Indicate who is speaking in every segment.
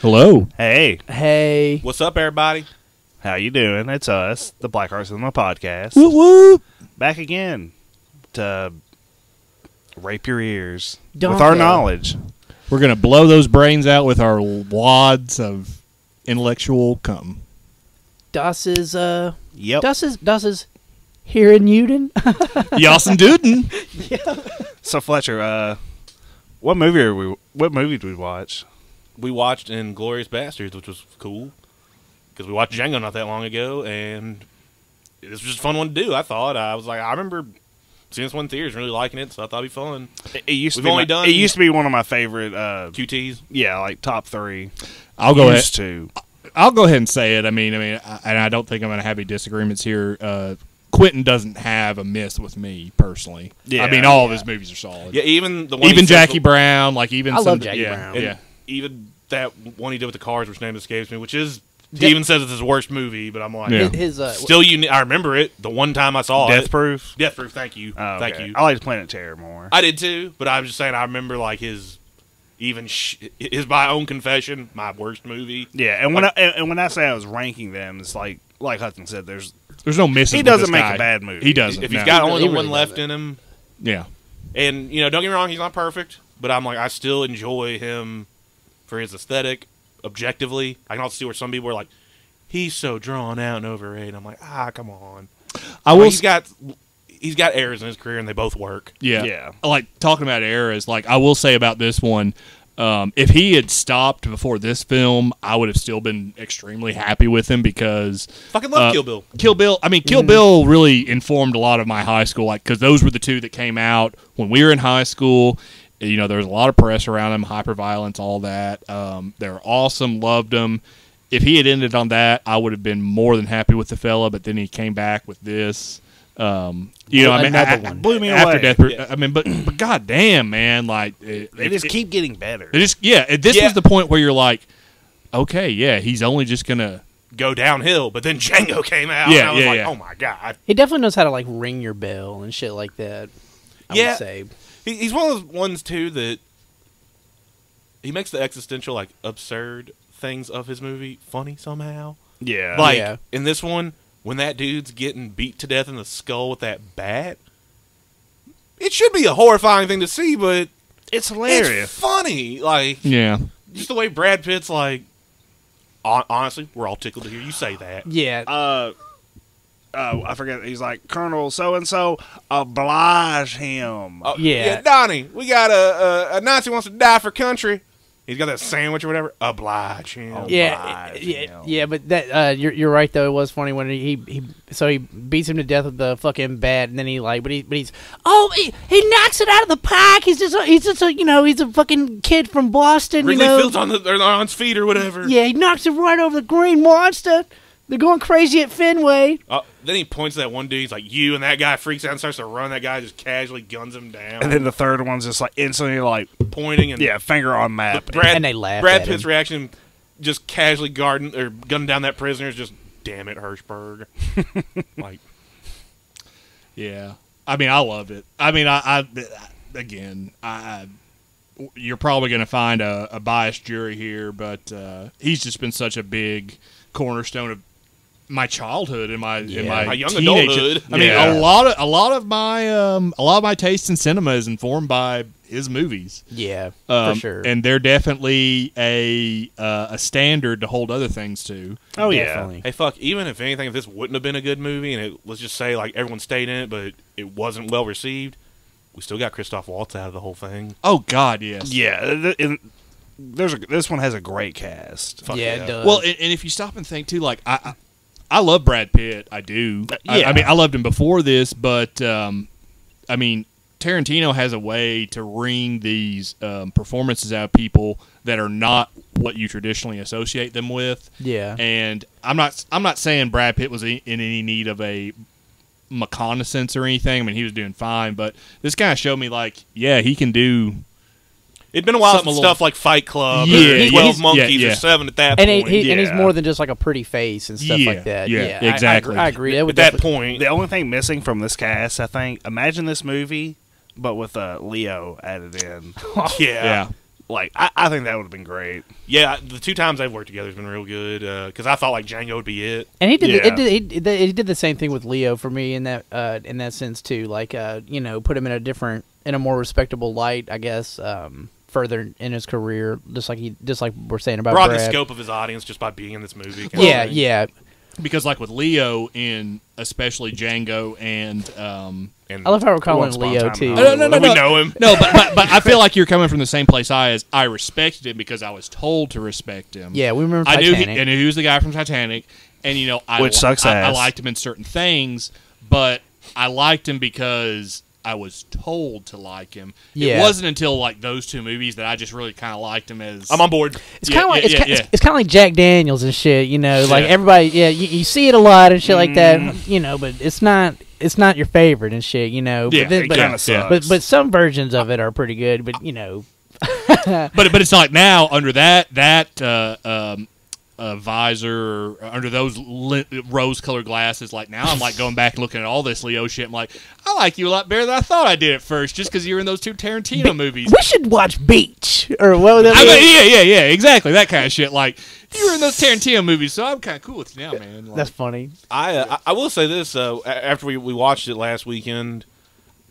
Speaker 1: Hello.
Speaker 2: Hey,
Speaker 3: Hey.
Speaker 4: What's up, everybody?
Speaker 2: how you doing? It's us, the Black Hearts of the Podcast,
Speaker 1: Whoop whoop.
Speaker 2: back again to rape your ears with
Speaker 3: Donko.
Speaker 2: our knowledge.
Speaker 1: We're gonna blow those brains out with our wads of intellectual cum.
Speaker 3: Das is uh
Speaker 2: Yep.
Speaker 3: Das is Das is here in Newton.
Speaker 1: Yasin Duden.
Speaker 2: So Fletcher, uh, what movie are we? What movie did we watch?
Speaker 4: We watched Inglorious Bastards, which was cool because we watched Django not that long ago, and this was just a fun one to do. I thought I was like, I remember seeing this one in theaters, and really liking it, so I thought it'd be fun.
Speaker 2: It, it used to
Speaker 4: We've
Speaker 2: be
Speaker 4: only
Speaker 2: my-
Speaker 4: done-
Speaker 2: It used to be one of my favorite. Uh,
Speaker 4: QTs,
Speaker 2: yeah, like top three.
Speaker 1: I'll go ahead.
Speaker 2: used to.
Speaker 1: I'll go ahead and say it. I mean, I mean, I, and I don't think I'm gonna have any disagreements here. Uh, Quentin doesn't have a miss with me personally.
Speaker 2: Yeah,
Speaker 1: I mean, all of
Speaker 2: yeah.
Speaker 1: his movies are solid.
Speaker 4: yeah, even the one he
Speaker 1: Even
Speaker 4: says
Speaker 1: Jackie
Speaker 4: the-
Speaker 1: Brown, like even
Speaker 3: I
Speaker 1: some,
Speaker 3: love Jackie
Speaker 1: yeah,
Speaker 3: Brown.
Speaker 4: and
Speaker 1: Yeah.
Speaker 4: even that one he did with the cars, which name escapes me, which is he
Speaker 3: Yeah.
Speaker 4: even says it's his worst movie, but I'm like,
Speaker 1: Yeah.
Speaker 3: His uh
Speaker 4: still, you I remember it the one time I saw
Speaker 2: Death
Speaker 4: it.
Speaker 2: Proof.
Speaker 4: Death Proof, thank you,
Speaker 2: Oh,
Speaker 4: thank
Speaker 2: okay.
Speaker 4: you.
Speaker 2: I liked Planet Terror more.
Speaker 4: I did too, but I was just saying I remember like his even sh- his by own confession, my worst movie.
Speaker 2: yeah, and when I, and, and when I say I was ranking them, it's like like Hudson said. There's
Speaker 1: There's no misses.
Speaker 2: He
Speaker 1: with
Speaker 2: doesn't
Speaker 1: this
Speaker 2: make
Speaker 1: guy.
Speaker 2: a bad movie.
Speaker 1: He doesn't.
Speaker 4: If he's
Speaker 1: no.
Speaker 4: got
Speaker 3: He
Speaker 4: only
Speaker 3: really-
Speaker 4: the
Speaker 3: he
Speaker 4: one
Speaker 3: really
Speaker 4: left
Speaker 3: doesn't.
Speaker 4: in him,
Speaker 1: yeah,
Speaker 4: and you know, don't get me wrong, he's not perfect, but I'm like I still enjoy him for his aesthetic. Objectively, I can also see where some people are like, he's so drawn out and overrated. I'm like, ah, come on.
Speaker 1: I
Speaker 4: Well,
Speaker 1: will.
Speaker 4: he's got he's got errors in his career, and they both work.
Speaker 1: Yeah.
Speaker 2: Yeah.
Speaker 1: Like talking about eras, like I will say about this one, um, if he had stopped before this film, I would have still been extremely happy with him because
Speaker 4: Fucking love
Speaker 1: Uh,
Speaker 4: Kill Bill.
Speaker 1: Kill Bill, I mean,
Speaker 2: Mm-hmm.
Speaker 1: Kill Bill really informed a lot of my high school, like, because those were the two that came out when we were in high school. You know, there was a lot of press around him, hyperviolence, all that. Um, they were awesome, loved him. If he had ended on that, I would have been more than happy with the fella, but then he came back with this. Um, you know, I mean,
Speaker 3: Another
Speaker 1: I,
Speaker 3: one.
Speaker 2: Blew me
Speaker 1: after
Speaker 2: away.
Speaker 1: Death Proof. I mean, but, but goddamn, man, like, it,
Speaker 2: they
Speaker 1: it-
Speaker 2: just
Speaker 1: it-
Speaker 2: keep getting better.
Speaker 1: it just, yeah, it- this
Speaker 4: Yeah.
Speaker 1: was the point where you're like, okay, yeah, he's only just gonna,
Speaker 4: Go downhill, but then Django came out.
Speaker 1: Yeah,
Speaker 4: and I was
Speaker 1: yeah,
Speaker 4: like,
Speaker 1: yeah.
Speaker 4: oh my god.
Speaker 3: he definitely knows how to like ring your bell and shit like that. I
Speaker 4: Yeah.
Speaker 3: would say.
Speaker 4: He, he's one of those ones too that he makes the existential, like absurd things of his movie funny somehow.
Speaker 2: yeah,
Speaker 4: Like
Speaker 3: Yeah.
Speaker 4: in this one, when that dude's getting beat to death in the skull with that bat, it should be a horrifying thing to see, but
Speaker 2: it's hilarious.
Speaker 4: it's funny. Like
Speaker 1: yeah.
Speaker 4: just the way Brad Pitt's like. hon- Honestly, we're all tickled to hear you say that.
Speaker 3: Yeah.
Speaker 2: uh, uh, I forget. He's like Colonel so and so. Oblige him.
Speaker 4: Oh,
Speaker 3: Yeah.
Speaker 4: Donnie, we got a, a a Nazi wants to die for country. He's got that sandwich or whatever. Oblige him.
Speaker 2: Oh.
Speaker 3: yeah,
Speaker 2: my
Speaker 3: yeah,
Speaker 2: hell.
Speaker 3: yeah, but that uh, you're you're right though. It was funny when he, he so he beats him to death with the fucking bat, and then he like, but he but he's oh he, he knocks it out of the park. He's just a, he's just a you know he's a fucking kid from Boston.
Speaker 4: Wrigley
Speaker 3: you know,
Speaker 4: Field's on the or on his feet or whatever.
Speaker 3: yeah, he knocks it right over the green monster. They're going crazy at Fenway.
Speaker 4: Uh, then he points at that one dude. He's like, "You," and that guy freaks out and starts to run. That guy just casually guns him down,
Speaker 2: And then the third one's just like instantly like
Speaker 4: pointing and
Speaker 2: yeah, finger on map.
Speaker 4: Brad
Speaker 3: And they laugh
Speaker 4: Brad
Speaker 3: at
Speaker 4: Pitt's
Speaker 3: him.
Speaker 4: reaction, just casually guarding or gunning down that prisoner is just, "Damn it, Hirschberg!" like
Speaker 1: Yeah, I mean, I loved it. I mean, I, I th- again, I I- you're probably going to find a, a biased jury here, but uh, he's just been such a big cornerstone of my childhood and my and my,
Speaker 4: My young
Speaker 1: teenage-
Speaker 4: adulthood.
Speaker 1: I mean,
Speaker 2: Yeah.
Speaker 1: a lot of a lot of my um, a lot of my taste in cinema is informed by his movies.
Speaker 3: Yeah,
Speaker 1: Um,
Speaker 3: for sure.
Speaker 1: And they're definitely a uh, a standard to hold other things to.
Speaker 2: Oh yeah,
Speaker 3: Definitely.
Speaker 4: Hey, fuck! Even if anything, if this wouldn't have been a good movie, and it, let's just say like everyone stayed in it, but it wasn't well received, we still got Christoph Waltz out of the whole thing.
Speaker 1: Oh God, yes.
Speaker 2: yeah. th- th- and there's a, this one has a great cast.
Speaker 4: Fuck
Speaker 3: yeah, it does.
Speaker 1: Well, and, and if you stop and think too, like I, I, I love Brad Pitt. I do. I,
Speaker 2: yeah.
Speaker 1: I mean, I loved him before this, but um, I mean, Tarantino has a way to wring these um, performances out of people that are not what you traditionally associate them with.
Speaker 3: Yeah.
Speaker 1: And I'm not. I'm not saying Brad Pitt was in, in any need of a reconnaissance or anything. I mean, he was doing fine, but this guy showed me like, yeah, he can do.
Speaker 4: It'd been a while
Speaker 1: Something
Speaker 4: since
Speaker 1: a little-
Speaker 4: stuff like Fight Club,
Speaker 1: Yeah,
Speaker 4: or
Speaker 1: he's-
Speaker 4: Twelve
Speaker 1: yeah,
Speaker 4: Monkeys,
Speaker 1: yeah.
Speaker 4: or Seven at that
Speaker 3: and he,
Speaker 4: point.
Speaker 3: he, and he's
Speaker 2: yeah.
Speaker 3: more than just like a pretty face and stuff
Speaker 1: Yeah,
Speaker 3: like that.
Speaker 1: yeah,
Speaker 3: Yeah, I- I
Speaker 1: exactly.
Speaker 3: agree- I, agree. That would
Speaker 4: at that
Speaker 3: definitely-
Speaker 4: point,
Speaker 2: The only thing missing from this cast, I think, imagine this movie, but with uh, Leo added in.
Speaker 4: yeah,
Speaker 1: Yeah.
Speaker 2: Like I, I think that would have been great.
Speaker 4: Yeah, the two times they've worked together has been real good because I thought like Django would be it.
Speaker 3: And he did, the,
Speaker 2: Yeah.
Speaker 3: it did he, did the- he did the same thing with Leo for me in that uh, in that sense too. Like uh, you know, put him in a different, in a more respectable light, I guess. Um, further in his career, just like he, just like we're saying about
Speaker 4: Broad the
Speaker 3: Brad.
Speaker 4: scope of his audience just by being in this movie. kinda
Speaker 3: Yeah,
Speaker 4: thing.
Speaker 3: yeah,
Speaker 1: because like with Leo in especially Django and um,
Speaker 4: And
Speaker 3: I love how we're calling
Speaker 2: Once
Speaker 3: him
Speaker 2: upon a
Speaker 3: Leo
Speaker 2: time,
Speaker 3: too.
Speaker 2: no,
Speaker 1: no, no,
Speaker 4: we
Speaker 1: no.
Speaker 4: know him.
Speaker 1: no, but, but but I feel like you're coming from the same place I is. I respected him because I was told to respect him.
Speaker 3: Yeah, we remember
Speaker 1: I knew he,
Speaker 3: Titanic.
Speaker 1: I knew he was the guy from Titanic, and you know I
Speaker 2: Which
Speaker 1: li-
Speaker 2: sucks
Speaker 1: I, I
Speaker 2: ass.
Speaker 1: liked him in certain things, but I liked him because I was told to like him. It
Speaker 3: Yeah.
Speaker 1: wasn't until like those two movies that I just really kind of liked him as.
Speaker 4: I'm on board.
Speaker 3: it's
Speaker 1: yeah,
Speaker 3: kind of like
Speaker 1: yeah,
Speaker 3: it's,
Speaker 1: yeah,
Speaker 3: ki- it's,
Speaker 1: yeah.
Speaker 3: it's kind of like Jack Daniels and shit, you know. Like
Speaker 1: Yeah. Mm.
Speaker 3: everybody, yeah, you, you see it a lot and shit like that, you know. But it's not it's not your favorite and shit, you know.
Speaker 1: Yeah,
Speaker 3: but, then-
Speaker 2: It
Speaker 3: but,
Speaker 2: kind of
Speaker 1: yeah.
Speaker 2: sucks.
Speaker 3: but but some versions of it are pretty good. But you know,
Speaker 1: but but it's like now under that that uh, um, uh, visor or under those li- rose-colored glasses. Like now, I'm like going back and looking at all this Leo shit. I'm like, I like you a lot better than I thought I did at first, just because you were in those two Tarantino movies.
Speaker 3: we should watch Beach or what was that?
Speaker 1: I mean, yeah, yeah, yeah, exactly that kind of shit. Like you were in those Tarantino movies, so I'm kind of cool with you now, man. Like,
Speaker 3: That's funny.
Speaker 4: I uh, I I will say this uh, a- after we, we watched it last weekend,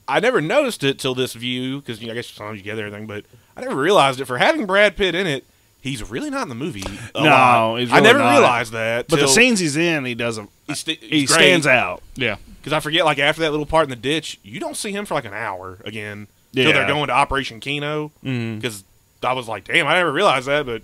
Speaker 4: I never noticed it till this view because you know, I guess sometimes you get everything, but I never realized it. For having Brad Pitt in it, he's really not in the movie. a
Speaker 2: No,
Speaker 4: lot.
Speaker 2: he's
Speaker 4: I
Speaker 2: really
Speaker 4: never
Speaker 2: not.
Speaker 4: realized that.
Speaker 2: But the
Speaker 4: till-
Speaker 2: scenes he's in, he doesn't.
Speaker 4: he, st-
Speaker 2: He stands out.
Speaker 1: yeah,
Speaker 4: because I forget like after that little part in the ditch, you don't see him for like an hour again.
Speaker 2: Yeah. Mm-hmm.
Speaker 4: Till they're going to Operation Kino because I was like, damn, I never realized that, but.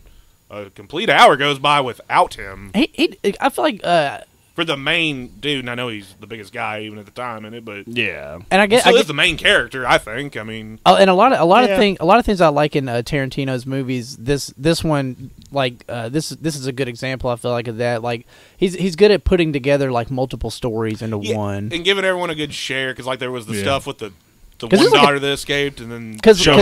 Speaker 4: A complete hour goes by without him
Speaker 3: He, he, I feel like, uh,
Speaker 4: for the main dude. And I know he's the biggest guy even at the time in it, but
Speaker 2: Yeah,
Speaker 3: and I
Speaker 4: He
Speaker 3: guess, I
Speaker 4: still is
Speaker 3: guess
Speaker 4: the main character, I think. I mean,
Speaker 3: oh, and a lot of a lot of
Speaker 2: Yeah.
Speaker 3: thing, a lot of things I like in uh, Tarantino's movies. This this one, like uh, this this is a good example. I feel like of that. Like he's he's good at putting together like multiple stories into one.
Speaker 4: and giving everyone a good share because like there was the
Speaker 1: Yeah.
Speaker 4: stuff with the the
Speaker 3: 'Cause
Speaker 4: one
Speaker 3: it's like a-
Speaker 4: daughter that escaped, and then
Speaker 3: Because
Speaker 2: Shoshana.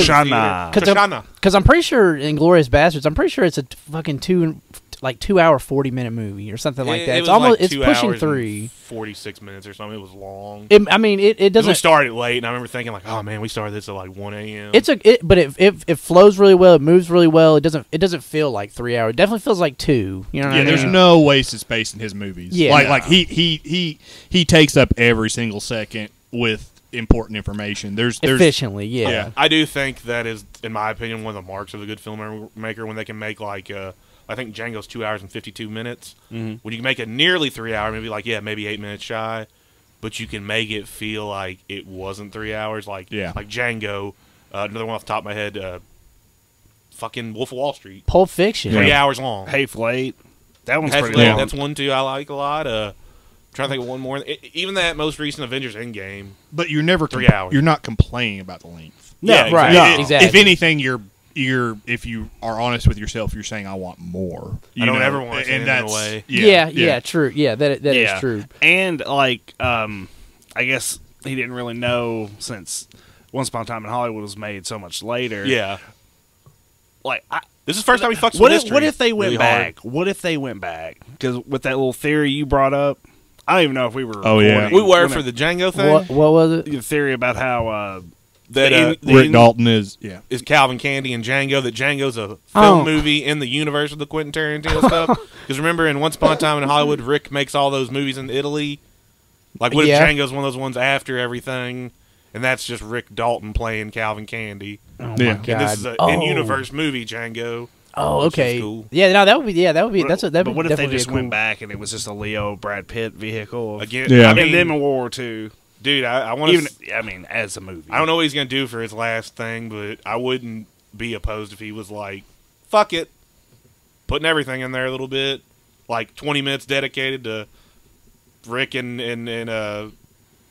Speaker 3: Cause I'm,
Speaker 4: Shoshana.
Speaker 3: cause I'm pretty sure in Glorious Bastards, I'm pretty sure it's a t- fucking two, like two hour forty minute movie or something like
Speaker 4: It-
Speaker 3: that.
Speaker 4: it
Speaker 3: it's
Speaker 4: was,
Speaker 3: almost
Speaker 4: like,
Speaker 3: it's
Speaker 4: two
Speaker 3: pushing
Speaker 4: hours and
Speaker 3: three.
Speaker 4: forty-six minutes or something. It was long.
Speaker 3: It, I mean, it, it
Speaker 4: 'Cause we
Speaker 3: doesn't.
Speaker 4: started late, and I remember thinking like, "Oh man, we started this at like one a.m."
Speaker 3: It's a it, but it, it it flows really well. It moves really well. It doesn't it doesn't feel like three hours. It definitely feels like two. You know what
Speaker 1: yeah.
Speaker 3: I mean?
Speaker 1: There's no wasted space in his movies.
Speaker 3: Yeah.
Speaker 1: like like he he he he takes up every single second with important information. There's there's
Speaker 3: efficiently. Yeah.
Speaker 1: Yeah.
Speaker 4: I do think that is, in my opinion, one of the marks of a good filmmaker when they can make like uh, I think Django's two hours and fifty-two minutes. Mm-hmm. When you can make a nearly three-hour, maybe like yeah, maybe eight minutes shy, but you can make it feel like it wasn't three hours. Like
Speaker 1: Yeah.
Speaker 4: like Django, uh, another one off the top of my head, uh, fucking Wolf of Wall Street,
Speaker 3: Pulp Fiction.
Speaker 4: three
Speaker 1: Yeah.
Speaker 4: hours long.
Speaker 2: Hateful Eight. That one's
Speaker 4: That's,
Speaker 2: pretty
Speaker 4: that-
Speaker 2: long.
Speaker 4: that's one too I like a lot. Uh, trying to think of one more. E- even that most recent Avengers Endgame.
Speaker 1: but you're never
Speaker 4: Three
Speaker 1: compl-
Speaker 4: hours.
Speaker 1: You're not complaining about the length.
Speaker 2: No,
Speaker 4: Yeah,
Speaker 2: right.
Speaker 3: exactly.
Speaker 1: If-
Speaker 3: Exactly.
Speaker 1: If anything, you're you're if you are honest with yourself, you're saying I want more. You
Speaker 4: I don't
Speaker 1: know?
Speaker 4: ever want to send
Speaker 1: and
Speaker 4: it
Speaker 1: that's
Speaker 4: away.
Speaker 3: Yeah, yeah, true. Yeah, that that is true.
Speaker 2: And like, um, I guess he didn't really know since Once Upon a Time in Hollywood was made so much later.
Speaker 4: Yeah.
Speaker 2: Like, I,
Speaker 4: This is the first time he fucks
Speaker 2: what
Speaker 4: with
Speaker 2: if
Speaker 4: history.
Speaker 2: what if they went
Speaker 4: really hard.
Speaker 2: back? What if they went back? Because with that little theory you brought up, I don't even know if we were.
Speaker 1: Oh, yeah.
Speaker 2: recording
Speaker 4: We were
Speaker 2: when
Speaker 4: for
Speaker 2: it-
Speaker 4: the Django thing.
Speaker 3: What what was it?
Speaker 2: the theory about how uh,
Speaker 4: that
Speaker 2: The
Speaker 4: uh,
Speaker 2: in-
Speaker 4: the
Speaker 1: Rick
Speaker 4: in-
Speaker 1: Dalton is yeah.
Speaker 4: is Calvin Candy and Django. That Django's a film
Speaker 3: Oh.
Speaker 4: movie in the universe of the Quentin Tarantino stuff. Because remember, in Once Upon a Time in Hollywood, Rick makes all those movies in Italy. Like, what
Speaker 3: Yeah.
Speaker 4: if Django's one of those ones after everything, and that's just Rick Dalton playing Calvin Candy?
Speaker 3: Oh
Speaker 1: Yeah.
Speaker 3: my
Speaker 1: And
Speaker 3: god.
Speaker 4: This is an
Speaker 3: oh.
Speaker 4: in-universe movie, Django.
Speaker 3: Oh,
Speaker 4: which is
Speaker 3: okay.
Speaker 4: cool.
Speaker 3: Yeah, no, that would be yeah, that would be that's a, that
Speaker 2: but
Speaker 3: would
Speaker 2: what if they
Speaker 3: definitely be a
Speaker 2: just
Speaker 3: cool-
Speaker 2: went back and it was just a Leo Brad Pitt vehicle of-
Speaker 4: Again,
Speaker 1: Yeah.
Speaker 4: I
Speaker 2: and
Speaker 4: mean,
Speaker 2: then in World War Two.
Speaker 4: dude, I, I want
Speaker 2: Even
Speaker 4: to.
Speaker 2: I mean, as a movie,
Speaker 4: I don't know what he's gonna do for his last thing, but I wouldn't be opposed if he was like, "Fuck it," putting everything in there a little bit, like twenty minutes dedicated to Rick and and, and uh,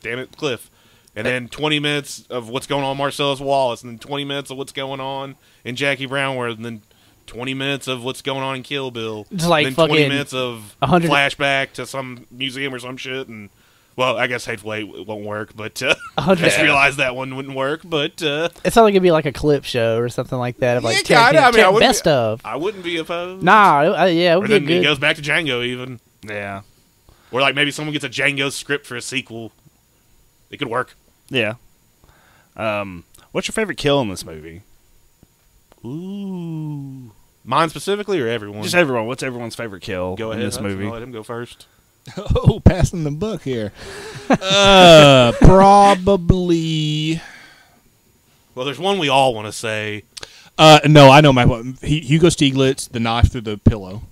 Speaker 4: damn it, Cliff, and then twenty minutes of what's going on with Marcellus Wallace, and then twenty minutes of what's going on in Jackie Brownworth, and then twenty minutes of what's going on in Kill Bill,
Speaker 3: It's like
Speaker 4: and then twenty
Speaker 3: fucking
Speaker 4: minutes of
Speaker 3: a hundred-
Speaker 4: flashback to some museum or some shit, and. Well, I guess Hateful Eight won't work, but uh,
Speaker 3: A hundred-
Speaker 4: I just realized that one wouldn't work. But uh,
Speaker 3: It sounded like it'd be like a clip show or something like that of like
Speaker 4: Yeah,
Speaker 3: Tarantino-
Speaker 4: kinda. I mean, I
Speaker 3: Tar-
Speaker 4: wouldn't
Speaker 3: best
Speaker 4: be-
Speaker 3: of.
Speaker 4: I wouldn't be opposed.
Speaker 3: Nah, it- uh, yeah, it
Speaker 4: or
Speaker 3: would be a
Speaker 4: then he
Speaker 3: good.
Speaker 4: goes back to Django even,
Speaker 2: Yeah,
Speaker 4: or like maybe someone gets a Django script for a sequel. It could work.
Speaker 2: yeah. Um, what's your favorite kill in this movie?
Speaker 4: Ooh. Mine specifically or everyone?
Speaker 2: Just everyone. What's everyone's favorite kill
Speaker 4: go
Speaker 2: in
Speaker 4: ahead.
Speaker 2: this
Speaker 4: Hudson.
Speaker 2: movie?
Speaker 4: I'll let him go first.
Speaker 1: Oh, passing the buck here. Uh, probably.
Speaker 4: Well, there's one we all want to say.
Speaker 1: Uh, no, I know my he, Hugo Stieglitz, the knife through the pillow,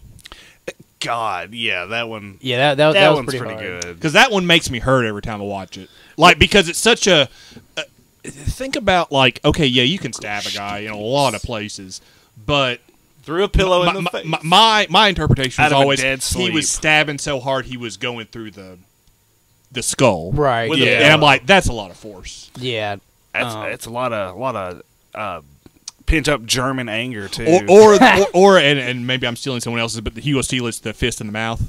Speaker 2: God, yeah, that one.
Speaker 3: Yeah, that that,
Speaker 2: that,
Speaker 3: that was
Speaker 2: one's pretty,
Speaker 3: hard.
Speaker 2: good.
Speaker 1: because that one makes me hurt every time I watch it. Like because it's such a. Uh, think about like okay, yeah, you can stab a guy in a lot of places, but
Speaker 4: Threw a pillow
Speaker 1: my,
Speaker 4: in the
Speaker 1: my,
Speaker 4: face.
Speaker 1: my, my my interpretation
Speaker 2: Out
Speaker 1: was
Speaker 2: of a
Speaker 1: always
Speaker 2: dead
Speaker 1: he
Speaker 2: sleep.
Speaker 1: was stabbing so hard he was going through the the skull.
Speaker 3: Right.
Speaker 4: With
Speaker 1: yeah.
Speaker 4: a
Speaker 1: And I'm
Speaker 4: pillow.
Speaker 1: like, that's a lot of force.
Speaker 3: Yeah.
Speaker 2: That's,
Speaker 3: Um,
Speaker 2: it's a lot of lot of uh, pent up German anger too.
Speaker 1: Or
Speaker 3: Oh,
Speaker 1: or, or, or and, and maybe I'm stealing someone else's, but the Hugo Stieglitz, the fist in the mouth.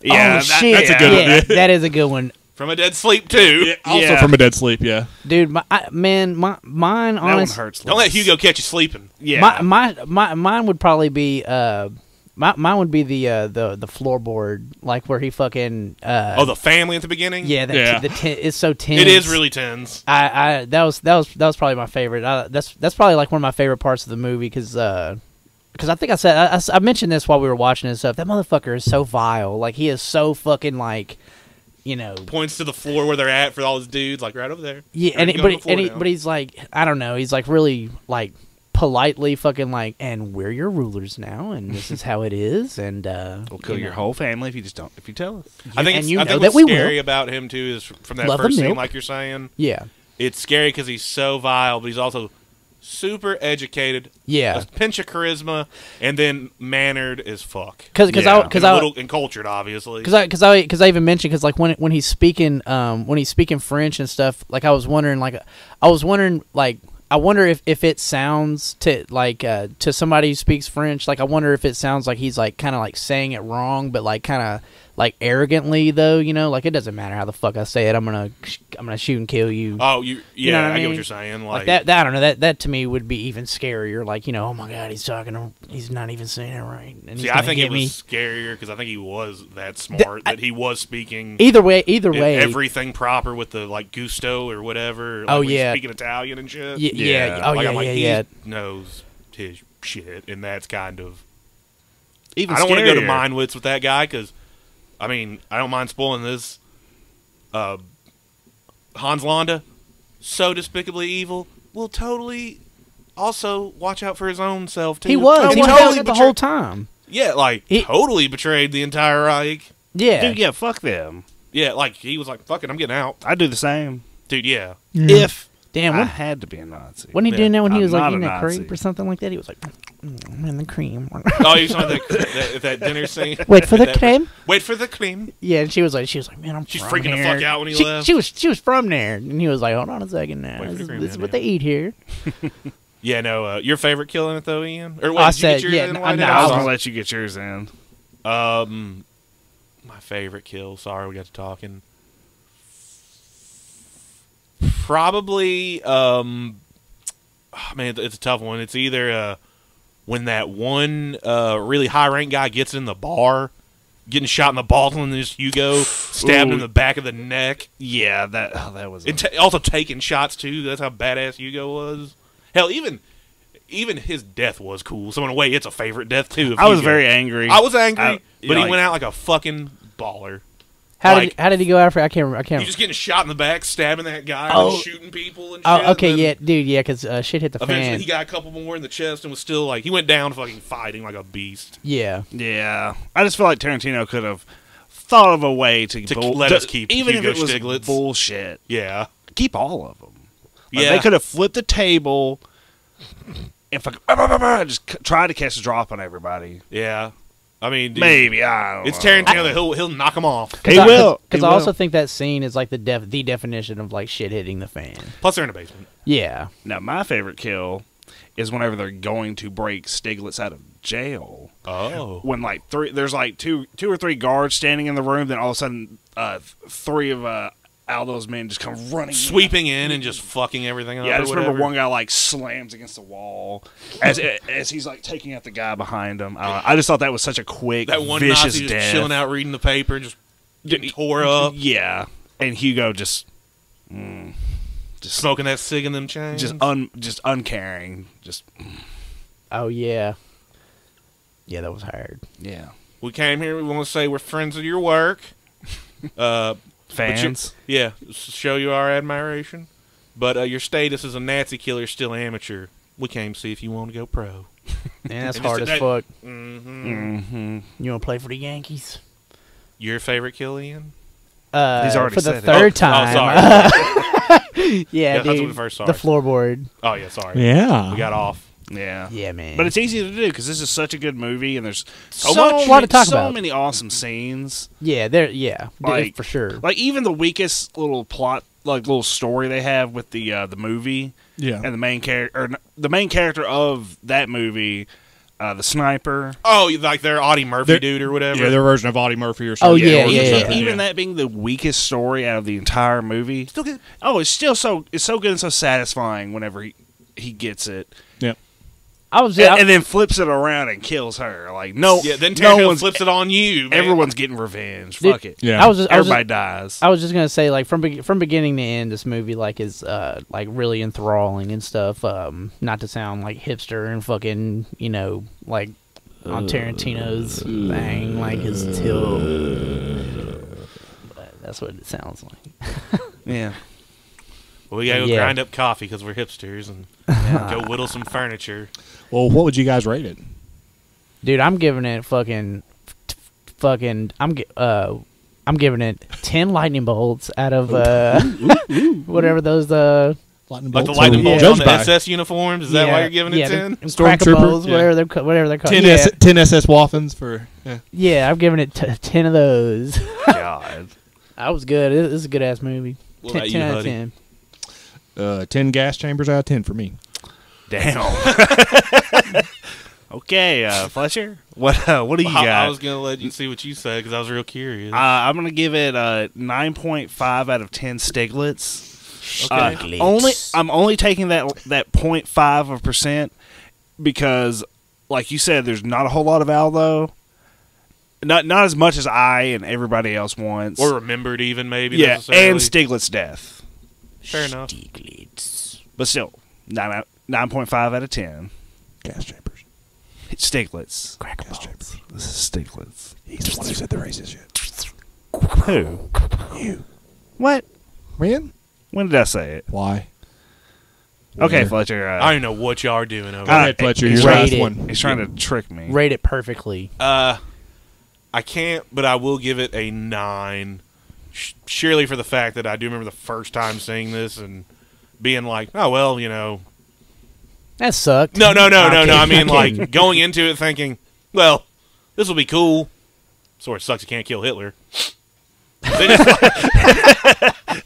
Speaker 2: yeah,
Speaker 3: oh,
Speaker 2: that-
Speaker 3: shit.
Speaker 2: that's a good
Speaker 1: one.
Speaker 2: one.
Speaker 3: yeah, that is a good one.
Speaker 4: From a dead sleep, too.
Speaker 1: also
Speaker 2: Yeah.
Speaker 1: from a dead sleep. Yeah.
Speaker 3: Dude, my, I, man, my, mine
Speaker 2: That one
Speaker 3: honestly
Speaker 2: hurts.
Speaker 4: Don't let
Speaker 2: less.
Speaker 4: Hugo catch you sleeping.
Speaker 2: Yeah,
Speaker 3: My, my my mine would probably be uh my mine would be the uh the the floorboard like where he fucking uh
Speaker 4: Oh, the family at the beginning?
Speaker 3: yeah that
Speaker 1: Yeah.
Speaker 3: the ten, it's so tense
Speaker 4: It is really tense.
Speaker 3: I I that was that was that was probably my favorite I, that's that's probably like one of my favorite parts of the movie because uh because I think I said I- I, s- I mentioned this while we were watching this stuff that motherfucker is so vile like he is so fucking like you know
Speaker 4: Points to the floor where they're at for all his dudes, like right over there.
Speaker 3: Yeah, and
Speaker 4: Right,
Speaker 3: it,
Speaker 4: go
Speaker 3: but
Speaker 4: to
Speaker 3: he-
Speaker 4: the
Speaker 3: and
Speaker 4: floor
Speaker 3: he,
Speaker 4: now.
Speaker 3: but he's like, I don't know. He's like really like politely fucking like, and we're your rulers now, and this is how it is, and uh,
Speaker 2: We'll kill
Speaker 3: you
Speaker 2: your
Speaker 3: know."
Speaker 2: whole family if you just don't. If you tell us,
Speaker 4: I think
Speaker 3: and
Speaker 4: it's,
Speaker 3: you
Speaker 4: I
Speaker 3: know
Speaker 4: think
Speaker 3: that
Speaker 4: what's
Speaker 3: we will.
Speaker 4: scary about him too is from that
Speaker 3: Love and
Speaker 4: first scene,
Speaker 3: milk.
Speaker 4: like you're saying,
Speaker 3: Yeah,
Speaker 4: it's scary because he's so vile, but he's also super educated,
Speaker 3: yeah,
Speaker 4: a pinch of charisma, and then mannered as fuck.
Speaker 3: because because I
Speaker 2: Yeah.
Speaker 3: because
Speaker 4: and,
Speaker 3: I
Speaker 4: a little- and cultured, obviously.
Speaker 3: because I because I because I even mentioned because like when when he's speaking um when he's speaking French and stuff like I was wondering like I was wondering like I wonder if if it sounds to like uh to somebody who speaks French like I wonder if it sounds like he's like kind of like saying it wrong but like kind of like arrogantly though you know like it doesn't matter how the fuck I say it I'm gonna sh- I'm gonna shoot and kill you.
Speaker 4: oh, you yeah,
Speaker 3: know what
Speaker 4: I,
Speaker 3: I
Speaker 4: get
Speaker 3: mean?
Speaker 4: what you're saying. Like,
Speaker 3: like that, that, I don't know. That, that to me would be even scarier. Like, you know, oh my god, he's talking, to- he's not even saying it right. And he's
Speaker 4: See, I
Speaker 3: gonna
Speaker 4: think
Speaker 3: hit
Speaker 4: it was
Speaker 3: me.
Speaker 4: scarier because I think he was that smart that he was speaking
Speaker 3: either way. Either
Speaker 4: e-
Speaker 3: way,
Speaker 4: everything proper with the like gusto or whatever. Like,
Speaker 3: Oh,
Speaker 4: when he's
Speaker 3: yeah.
Speaker 4: speaking Italian and shit. Uh,
Speaker 3: Y- yeah,
Speaker 2: Yeah.
Speaker 3: oh
Speaker 4: like,
Speaker 3: yeah,
Speaker 4: I'm like,
Speaker 3: yeah,
Speaker 4: he
Speaker 3: yeah.
Speaker 4: knows his shit, and that's kind of.
Speaker 2: even
Speaker 4: I don't want to go to
Speaker 2: scarier.
Speaker 4: mind wits with that guy because, I mean, I don't mind spoiling this. Uh, Hans Landa, so despicably evil, will totally also watch out for his own self too.
Speaker 3: He was.
Speaker 4: Totally
Speaker 3: He was it the
Speaker 4: betray-
Speaker 3: whole time.
Speaker 4: Yeah, like
Speaker 3: He-
Speaker 4: totally betrayed the entire Reich.
Speaker 3: Yeah.
Speaker 2: Dude, yeah, fuck them.
Speaker 4: Yeah, like he was like, "Fuck it, I'm getting out,
Speaker 2: I do the same.
Speaker 4: dude." Yeah,
Speaker 2: If
Speaker 3: Damn.
Speaker 2: I
Speaker 3: When,
Speaker 2: had to be a Nazi,
Speaker 3: wasn't he
Speaker 4: yeah,
Speaker 3: doing that when he
Speaker 2: I'm
Speaker 3: was
Speaker 2: not
Speaker 3: like
Speaker 2: a
Speaker 3: eating that
Speaker 2: Nazi.
Speaker 3: cream or something like that? He was like, "Mm, "I'm in the cream.
Speaker 4: oh, you saw that that, that dinner scene.
Speaker 3: Wait for the
Speaker 4: That-
Speaker 3: cream."
Speaker 4: Wait for the cream.
Speaker 3: Yeah, and she was like, she was like, "Man, I'm."
Speaker 4: She's
Speaker 3: from
Speaker 4: freaking the
Speaker 3: here.
Speaker 4: fuck out when he
Speaker 3: she,
Speaker 4: left.
Speaker 3: She was she was from there, and he was like, "Hold on a second now.
Speaker 4: Wait for
Speaker 3: This,
Speaker 4: the
Speaker 3: is-
Speaker 4: cream,
Speaker 3: this is
Speaker 4: man,
Speaker 3: what
Speaker 4: yeah.
Speaker 3: they eat here."
Speaker 4: Yeah, no. Uh, your favorite kill in it though, Ian? Or wait,
Speaker 3: I
Speaker 4: did
Speaker 3: said,
Speaker 4: you get yours
Speaker 3: yeah,
Speaker 4: in
Speaker 3: no,
Speaker 4: Why
Speaker 3: no,
Speaker 4: Did
Speaker 2: I was
Speaker 4: Wrong?
Speaker 2: gonna let you get yours in.
Speaker 4: Um, my favorite kill. Sorry, we got to talking. Probably, um, oh, man, it's a tough one. It's either uh, when that one uh, really high ranked guy gets in the bar, getting shot in the balls, and then just Hugo stabbed
Speaker 2: Ooh.
Speaker 4: in the back of the neck,
Speaker 2: Yeah, that oh, that was. a-
Speaker 4: and ta also taking shots too. That's how badass Hugo was. Hell, even even his death was cool. So in a way, it's a favorite death too. of
Speaker 2: I was
Speaker 4: Hugo.
Speaker 2: very angry.
Speaker 4: I was angry,
Speaker 2: I-
Speaker 4: but he
Speaker 2: like-
Speaker 4: went out like a fucking baller.
Speaker 3: How
Speaker 4: Like-
Speaker 3: did how did he go after? I can't remember. I can't. Remember.
Speaker 4: He's just getting shot in the back, stabbing that guy, and
Speaker 3: Oh.
Speaker 4: then shooting people and shit.
Speaker 3: Oh, okay,
Speaker 4: and then
Speaker 3: yeah, dude, yeah, because uh, shit hit the
Speaker 4: Eventually,
Speaker 3: fan.
Speaker 4: he got a couple more in the chest and was still like he went down fucking fighting like a beast.
Speaker 3: yeah,
Speaker 2: Yeah, I just feel like Tarantino could have thought of a way to,
Speaker 4: To
Speaker 2: bull-
Speaker 4: let
Speaker 2: to-
Speaker 4: us keep
Speaker 2: even
Speaker 4: Hugo
Speaker 2: if it was
Speaker 4: Stiglitz.
Speaker 2: bullshit.
Speaker 4: Yeah,
Speaker 2: Keep all of them. Like,
Speaker 4: yeah.
Speaker 2: they could have flipped the table and fucking "Ah, bah, bah, bah," just c- try to catch a drop on everybody.
Speaker 4: yeah. I mean, dude,
Speaker 2: Maybe I don't.
Speaker 4: it's
Speaker 2: know.
Speaker 4: Tarantino that he'll he'll knock him off.
Speaker 2: He
Speaker 3: I,
Speaker 2: will.
Speaker 3: Because
Speaker 2: He
Speaker 3: I also
Speaker 2: will.
Speaker 3: think that scene is like the def the definition of like shit hitting the fan.
Speaker 4: Plus, they're in a basement.
Speaker 3: Yeah,
Speaker 2: Now my favorite kill is whenever they're going to break Stiglitz out of jail.
Speaker 4: Oh,
Speaker 2: when like three there's like two two or three guards standing in the room then all of a sudden uh th- three of uh aldo's men just come running in.
Speaker 4: sweeping in and just fucking everything up.
Speaker 2: yeah i
Speaker 4: or
Speaker 2: just remember
Speaker 4: whatever.
Speaker 2: one guy like slams against the wall as as he's like taking out the guy behind him i, I just thought that was such a quick
Speaker 4: That one
Speaker 2: vicious
Speaker 4: Nazi just
Speaker 2: death
Speaker 4: chilling out, reading the paper, and just getting
Speaker 2: Didn't-
Speaker 4: tore up,
Speaker 2: yeah and hugo just uh,
Speaker 4: smoking that cig in them chains.
Speaker 2: just un just uncaring just
Speaker 3: Oh yeah, yeah, that was hard.
Speaker 2: Yeah.
Speaker 4: We came here. We want to say we're friends of your work. Uh, but you-
Speaker 2: Fans.
Speaker 4: yeah, s- show you our admiration. But uh, your status as a Nazi killer is still amateur. We came to see if you want to go pro.
Speaker 3: Man, that's
Speaker 4: And just
Speaker 3: hard as
Speaker 4: that-
Speaker 3: fuck.
Speaker 4: Mm-hmm.
Speaker 2: Mm-hmm.
Speaker 3: You want to play for the Yankees?
Speaker 4: Your favorite Killian?
Speaker 3: Uh,
Speaker 2: He's already
Speaker 3: for the
Speaker 2: said it.
Speaker 4: Oh,
Speaker 3: third time.
Speaker 4: Oh, sorry.
Speaker 3: yeah,
Speaker 4: Yeah, that's
Speaker 3: dude.
Speaker 4: what we first saw.
Speaker 3: The floorboard.
Speaker 4: oh yeah, sorry.
Speaker 1: Yeah.
Speaker 4: We got off.
Speaker 2: Yeah.
Speaker 3: Yeah, man.
Speaker 2: But it's easy to do because this is such a good movie, and there's so,
Speaker 3: So
Speaker 2: much,
Speaker 3: lot to talk
Speaker 2: so
Speaker 3: about.
Speaker 2: many awesome scenes.
Speaker 3: yeah, there. Yeah, d-
Speaker 2: Like-
Speaker 3: for sure.
Speaker 2: Like even the weakest little plot, like little story they have with the uh, the movie
Speaker 1: yeah.
Speaker 2: and the main character, or n- the main character of that movie, uh, the sniper.
Speaker 4: Oh, you- like their Audie Murphy
Speaker 1: They're-
Speaker 4: dude or whatever.
Speaker 1: Yeah, their version of Audie Murphy or
Speaker 3: Oh,
Speaker 1: something.
Speaker 3: yeah,
Speaker 1: or
Speaker 3: yeah,
Speaker 1: something,
Speaker 2: even that being the weakest story out of the entire movie,
Speaker 4: still good.
Speaker 2: oh, it's still so it's so good and so satisfying whenever he he gets it,
Speaker 1: Yeah.
Speaker 3: I was.
Speaker 2: and,
Speaker 3: I-
Speaker 2: and then flips it around and kills her. Like no,
Speaker 4: Yeah, then Terry
Speaker 2: no
Speaker 4: Hill
Speaker 2: one's
Speaker 4: flips it on you. man.
Speaker 2: everyone's getting revenge.
Speaker 3: Did-
Speaker 2: Fuck it.
Speaker 1: Yeah.
Speaker 3: I was just, I was
Speaker 2: Everybody
Speaker 3: just,
Speaker 2: dies.
Speaker 3: I was just gonna say like from be- from beginning to end, this movie like is uh like really enthralling and stuff. Um, not to sound like hipster and fucking you know like on Tarantino's thing, like his till. But That's what it sounds like.
Speaker 2: yeah.
Speaker 4: Well, we gotta go
Speaker 3: Yeah.
Speaker 4: grind up coffee because we're hipsters and go whittle some furniture.
Speaker 1: Well, what would you guys rate it?
Speaker 3: Dude, I'm giving it fucking, fucking. I'm gi- uh, I'm giving it ten lightning bolts out of uh, whatever those uh.
Speaker 1: Lightning
Speaker 4: Like the
Speaker 1: bolts.
Speaker 4: lightning
Speaker 1: So,
Speaker 4: bolts
Speaker 1: Oh, judge
Speaker 4: on the
Speaker 1: by
Speaker 4: SS uniforms. Is that
Speaker 3: yeah,
Speaker 4: why you're giving it
Speaker 3: yeah,
Speaker 4: ten?
Speaker 3: the- Cracker
Speaker 1: Stormtrooper?
Speaker 3: Bolts,
Speaker 1: Yeah.
Speaker 3: whatever they're ca- whatever they're called.
Speaker 1: 10,
Speaker 3: yeah.
Speaker 1: S- 10 SS Waffens for. Yeah.
Speaker 3: Yeah, I've given it t- ten of those.
Speaker 2: God.
Speaker 3: I was good. This is a good ass movie.
Speaker 4: What
Speaker 3: ten,
Speaker 4: about
Speaker 3: 10
Speaker 4: you,
Speaker 3: out of
Speaker 4: Huddy?
Speaker 3: ten.
Speaker 1: Uh, 10 gas chambers out of 10 for me.
Speaker 2: Damn. okay, uh, Fletcher. What uh, what do you
Speaker 4: I, I
Speaker 2: got?
Speaker 4: was gonna let you see what you said because I was real curious.
Speaker 2: uh, I'm gonna give it uh, a 9.5 out of 10 Stiglitz. Uh,
Speaker 3: Stiglitz.
Speaker 2: only I'm only taking that that 0.5 of percent because, like you said, there's not a whole lot of Aldo. Not not as much as I and everybody else wants.
Speaker 4: or remembered even maybe.
Speaker 2: yeah,
Speaker 4: necessarily.
Speaker 2: and Stiglitz death,
Speaker 4: fair enough.
Speaker 2: but still nine out- 9.5 out of 10
Speaker 1: Gas chambers.
Speaker 2: Stiglitz.
Speaker 3: Cracker
Speaker 1: Gas
Speaker 3: Bolts.
Speaker 1: chambers.
Speaker 2: This is Stiglitz.
Speaker 1: He's the one who said the racist shit.
Speaker 2: Who?
Speaker 1: You.
Speaker 2: What?
Speaker 1: Man?
Speaker 2: When did I say it?
Speaker 1: Why?
Speaker 2: Okay,
Speaker 1: Where?
Speaker 2: Fletcher. Uh,
Speaker 4: I don't know what y'all are doing over.
Speaker 1: Go
Speaker 2: Uh,
Speaker 4: there.
Speaker 1: ahead, Fletcher. Your
Speaker 2: he's
Speaker 1: last
Speaker 3: rated.
Speaker 1: one.
Speaker 2: He's trying to trick me.
Speaker 3: Rate it perfectly.
Speaker 4: Uh, I can't, but I will give it a nine. Sh- surely for the fact that I do remember the first time seeing this and being like, oh well, you know,
Speaker 3: That sucked.
Speaker 4: no, no, no, no, no. I
Speaker 3: Okay.
Speaker 4: mean, like going into it thinking, well, this will be cool. Sort of sucks. You can't kill Hitler.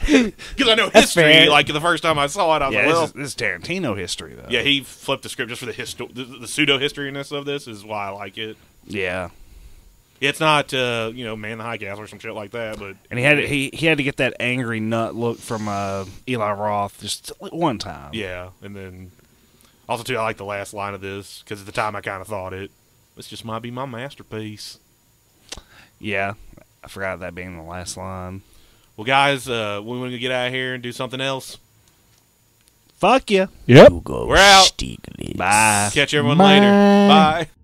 Speaker 4: Because I know history.
Speaker 3: fair.
Speaker 4: Like the first time I saw it, I was
Speaker 2: yeah,
Speaker 4: like, well,
Speaker 2: this, is, this is Tarantino history, though.
Speaker 4: yeah. He flipped the script just for the histo- the, the pseudo historyness of this is why I like it.
Speaker 2: yeah.
Speaker 4: It's not, uh, you know, Man in the High Castle or some shit like that, but
Speaker 2: And he had he he had to get that angry nut look from uh, Eli Roth just like one time.
Speaker 4: yeah. And then also too, I like the last line of this because at the time I kind of thought it. This just might be my masterpiece.
Speaker 2: yeah. I forgot that being the last line.
Speaker 4: Well, guys, uh, we want to get out of here and do something else.
Speaker 2: Fuck you.
Speaker 1: Yep.
Speaker 3: Hugo
Speaker 4: We're out.
Speaker 3: Stiglitz.
Speaker 2: Bye.
Speaker 4: Catch everyone
Speaker 1: Bye.
Speaker 4: later. Bye.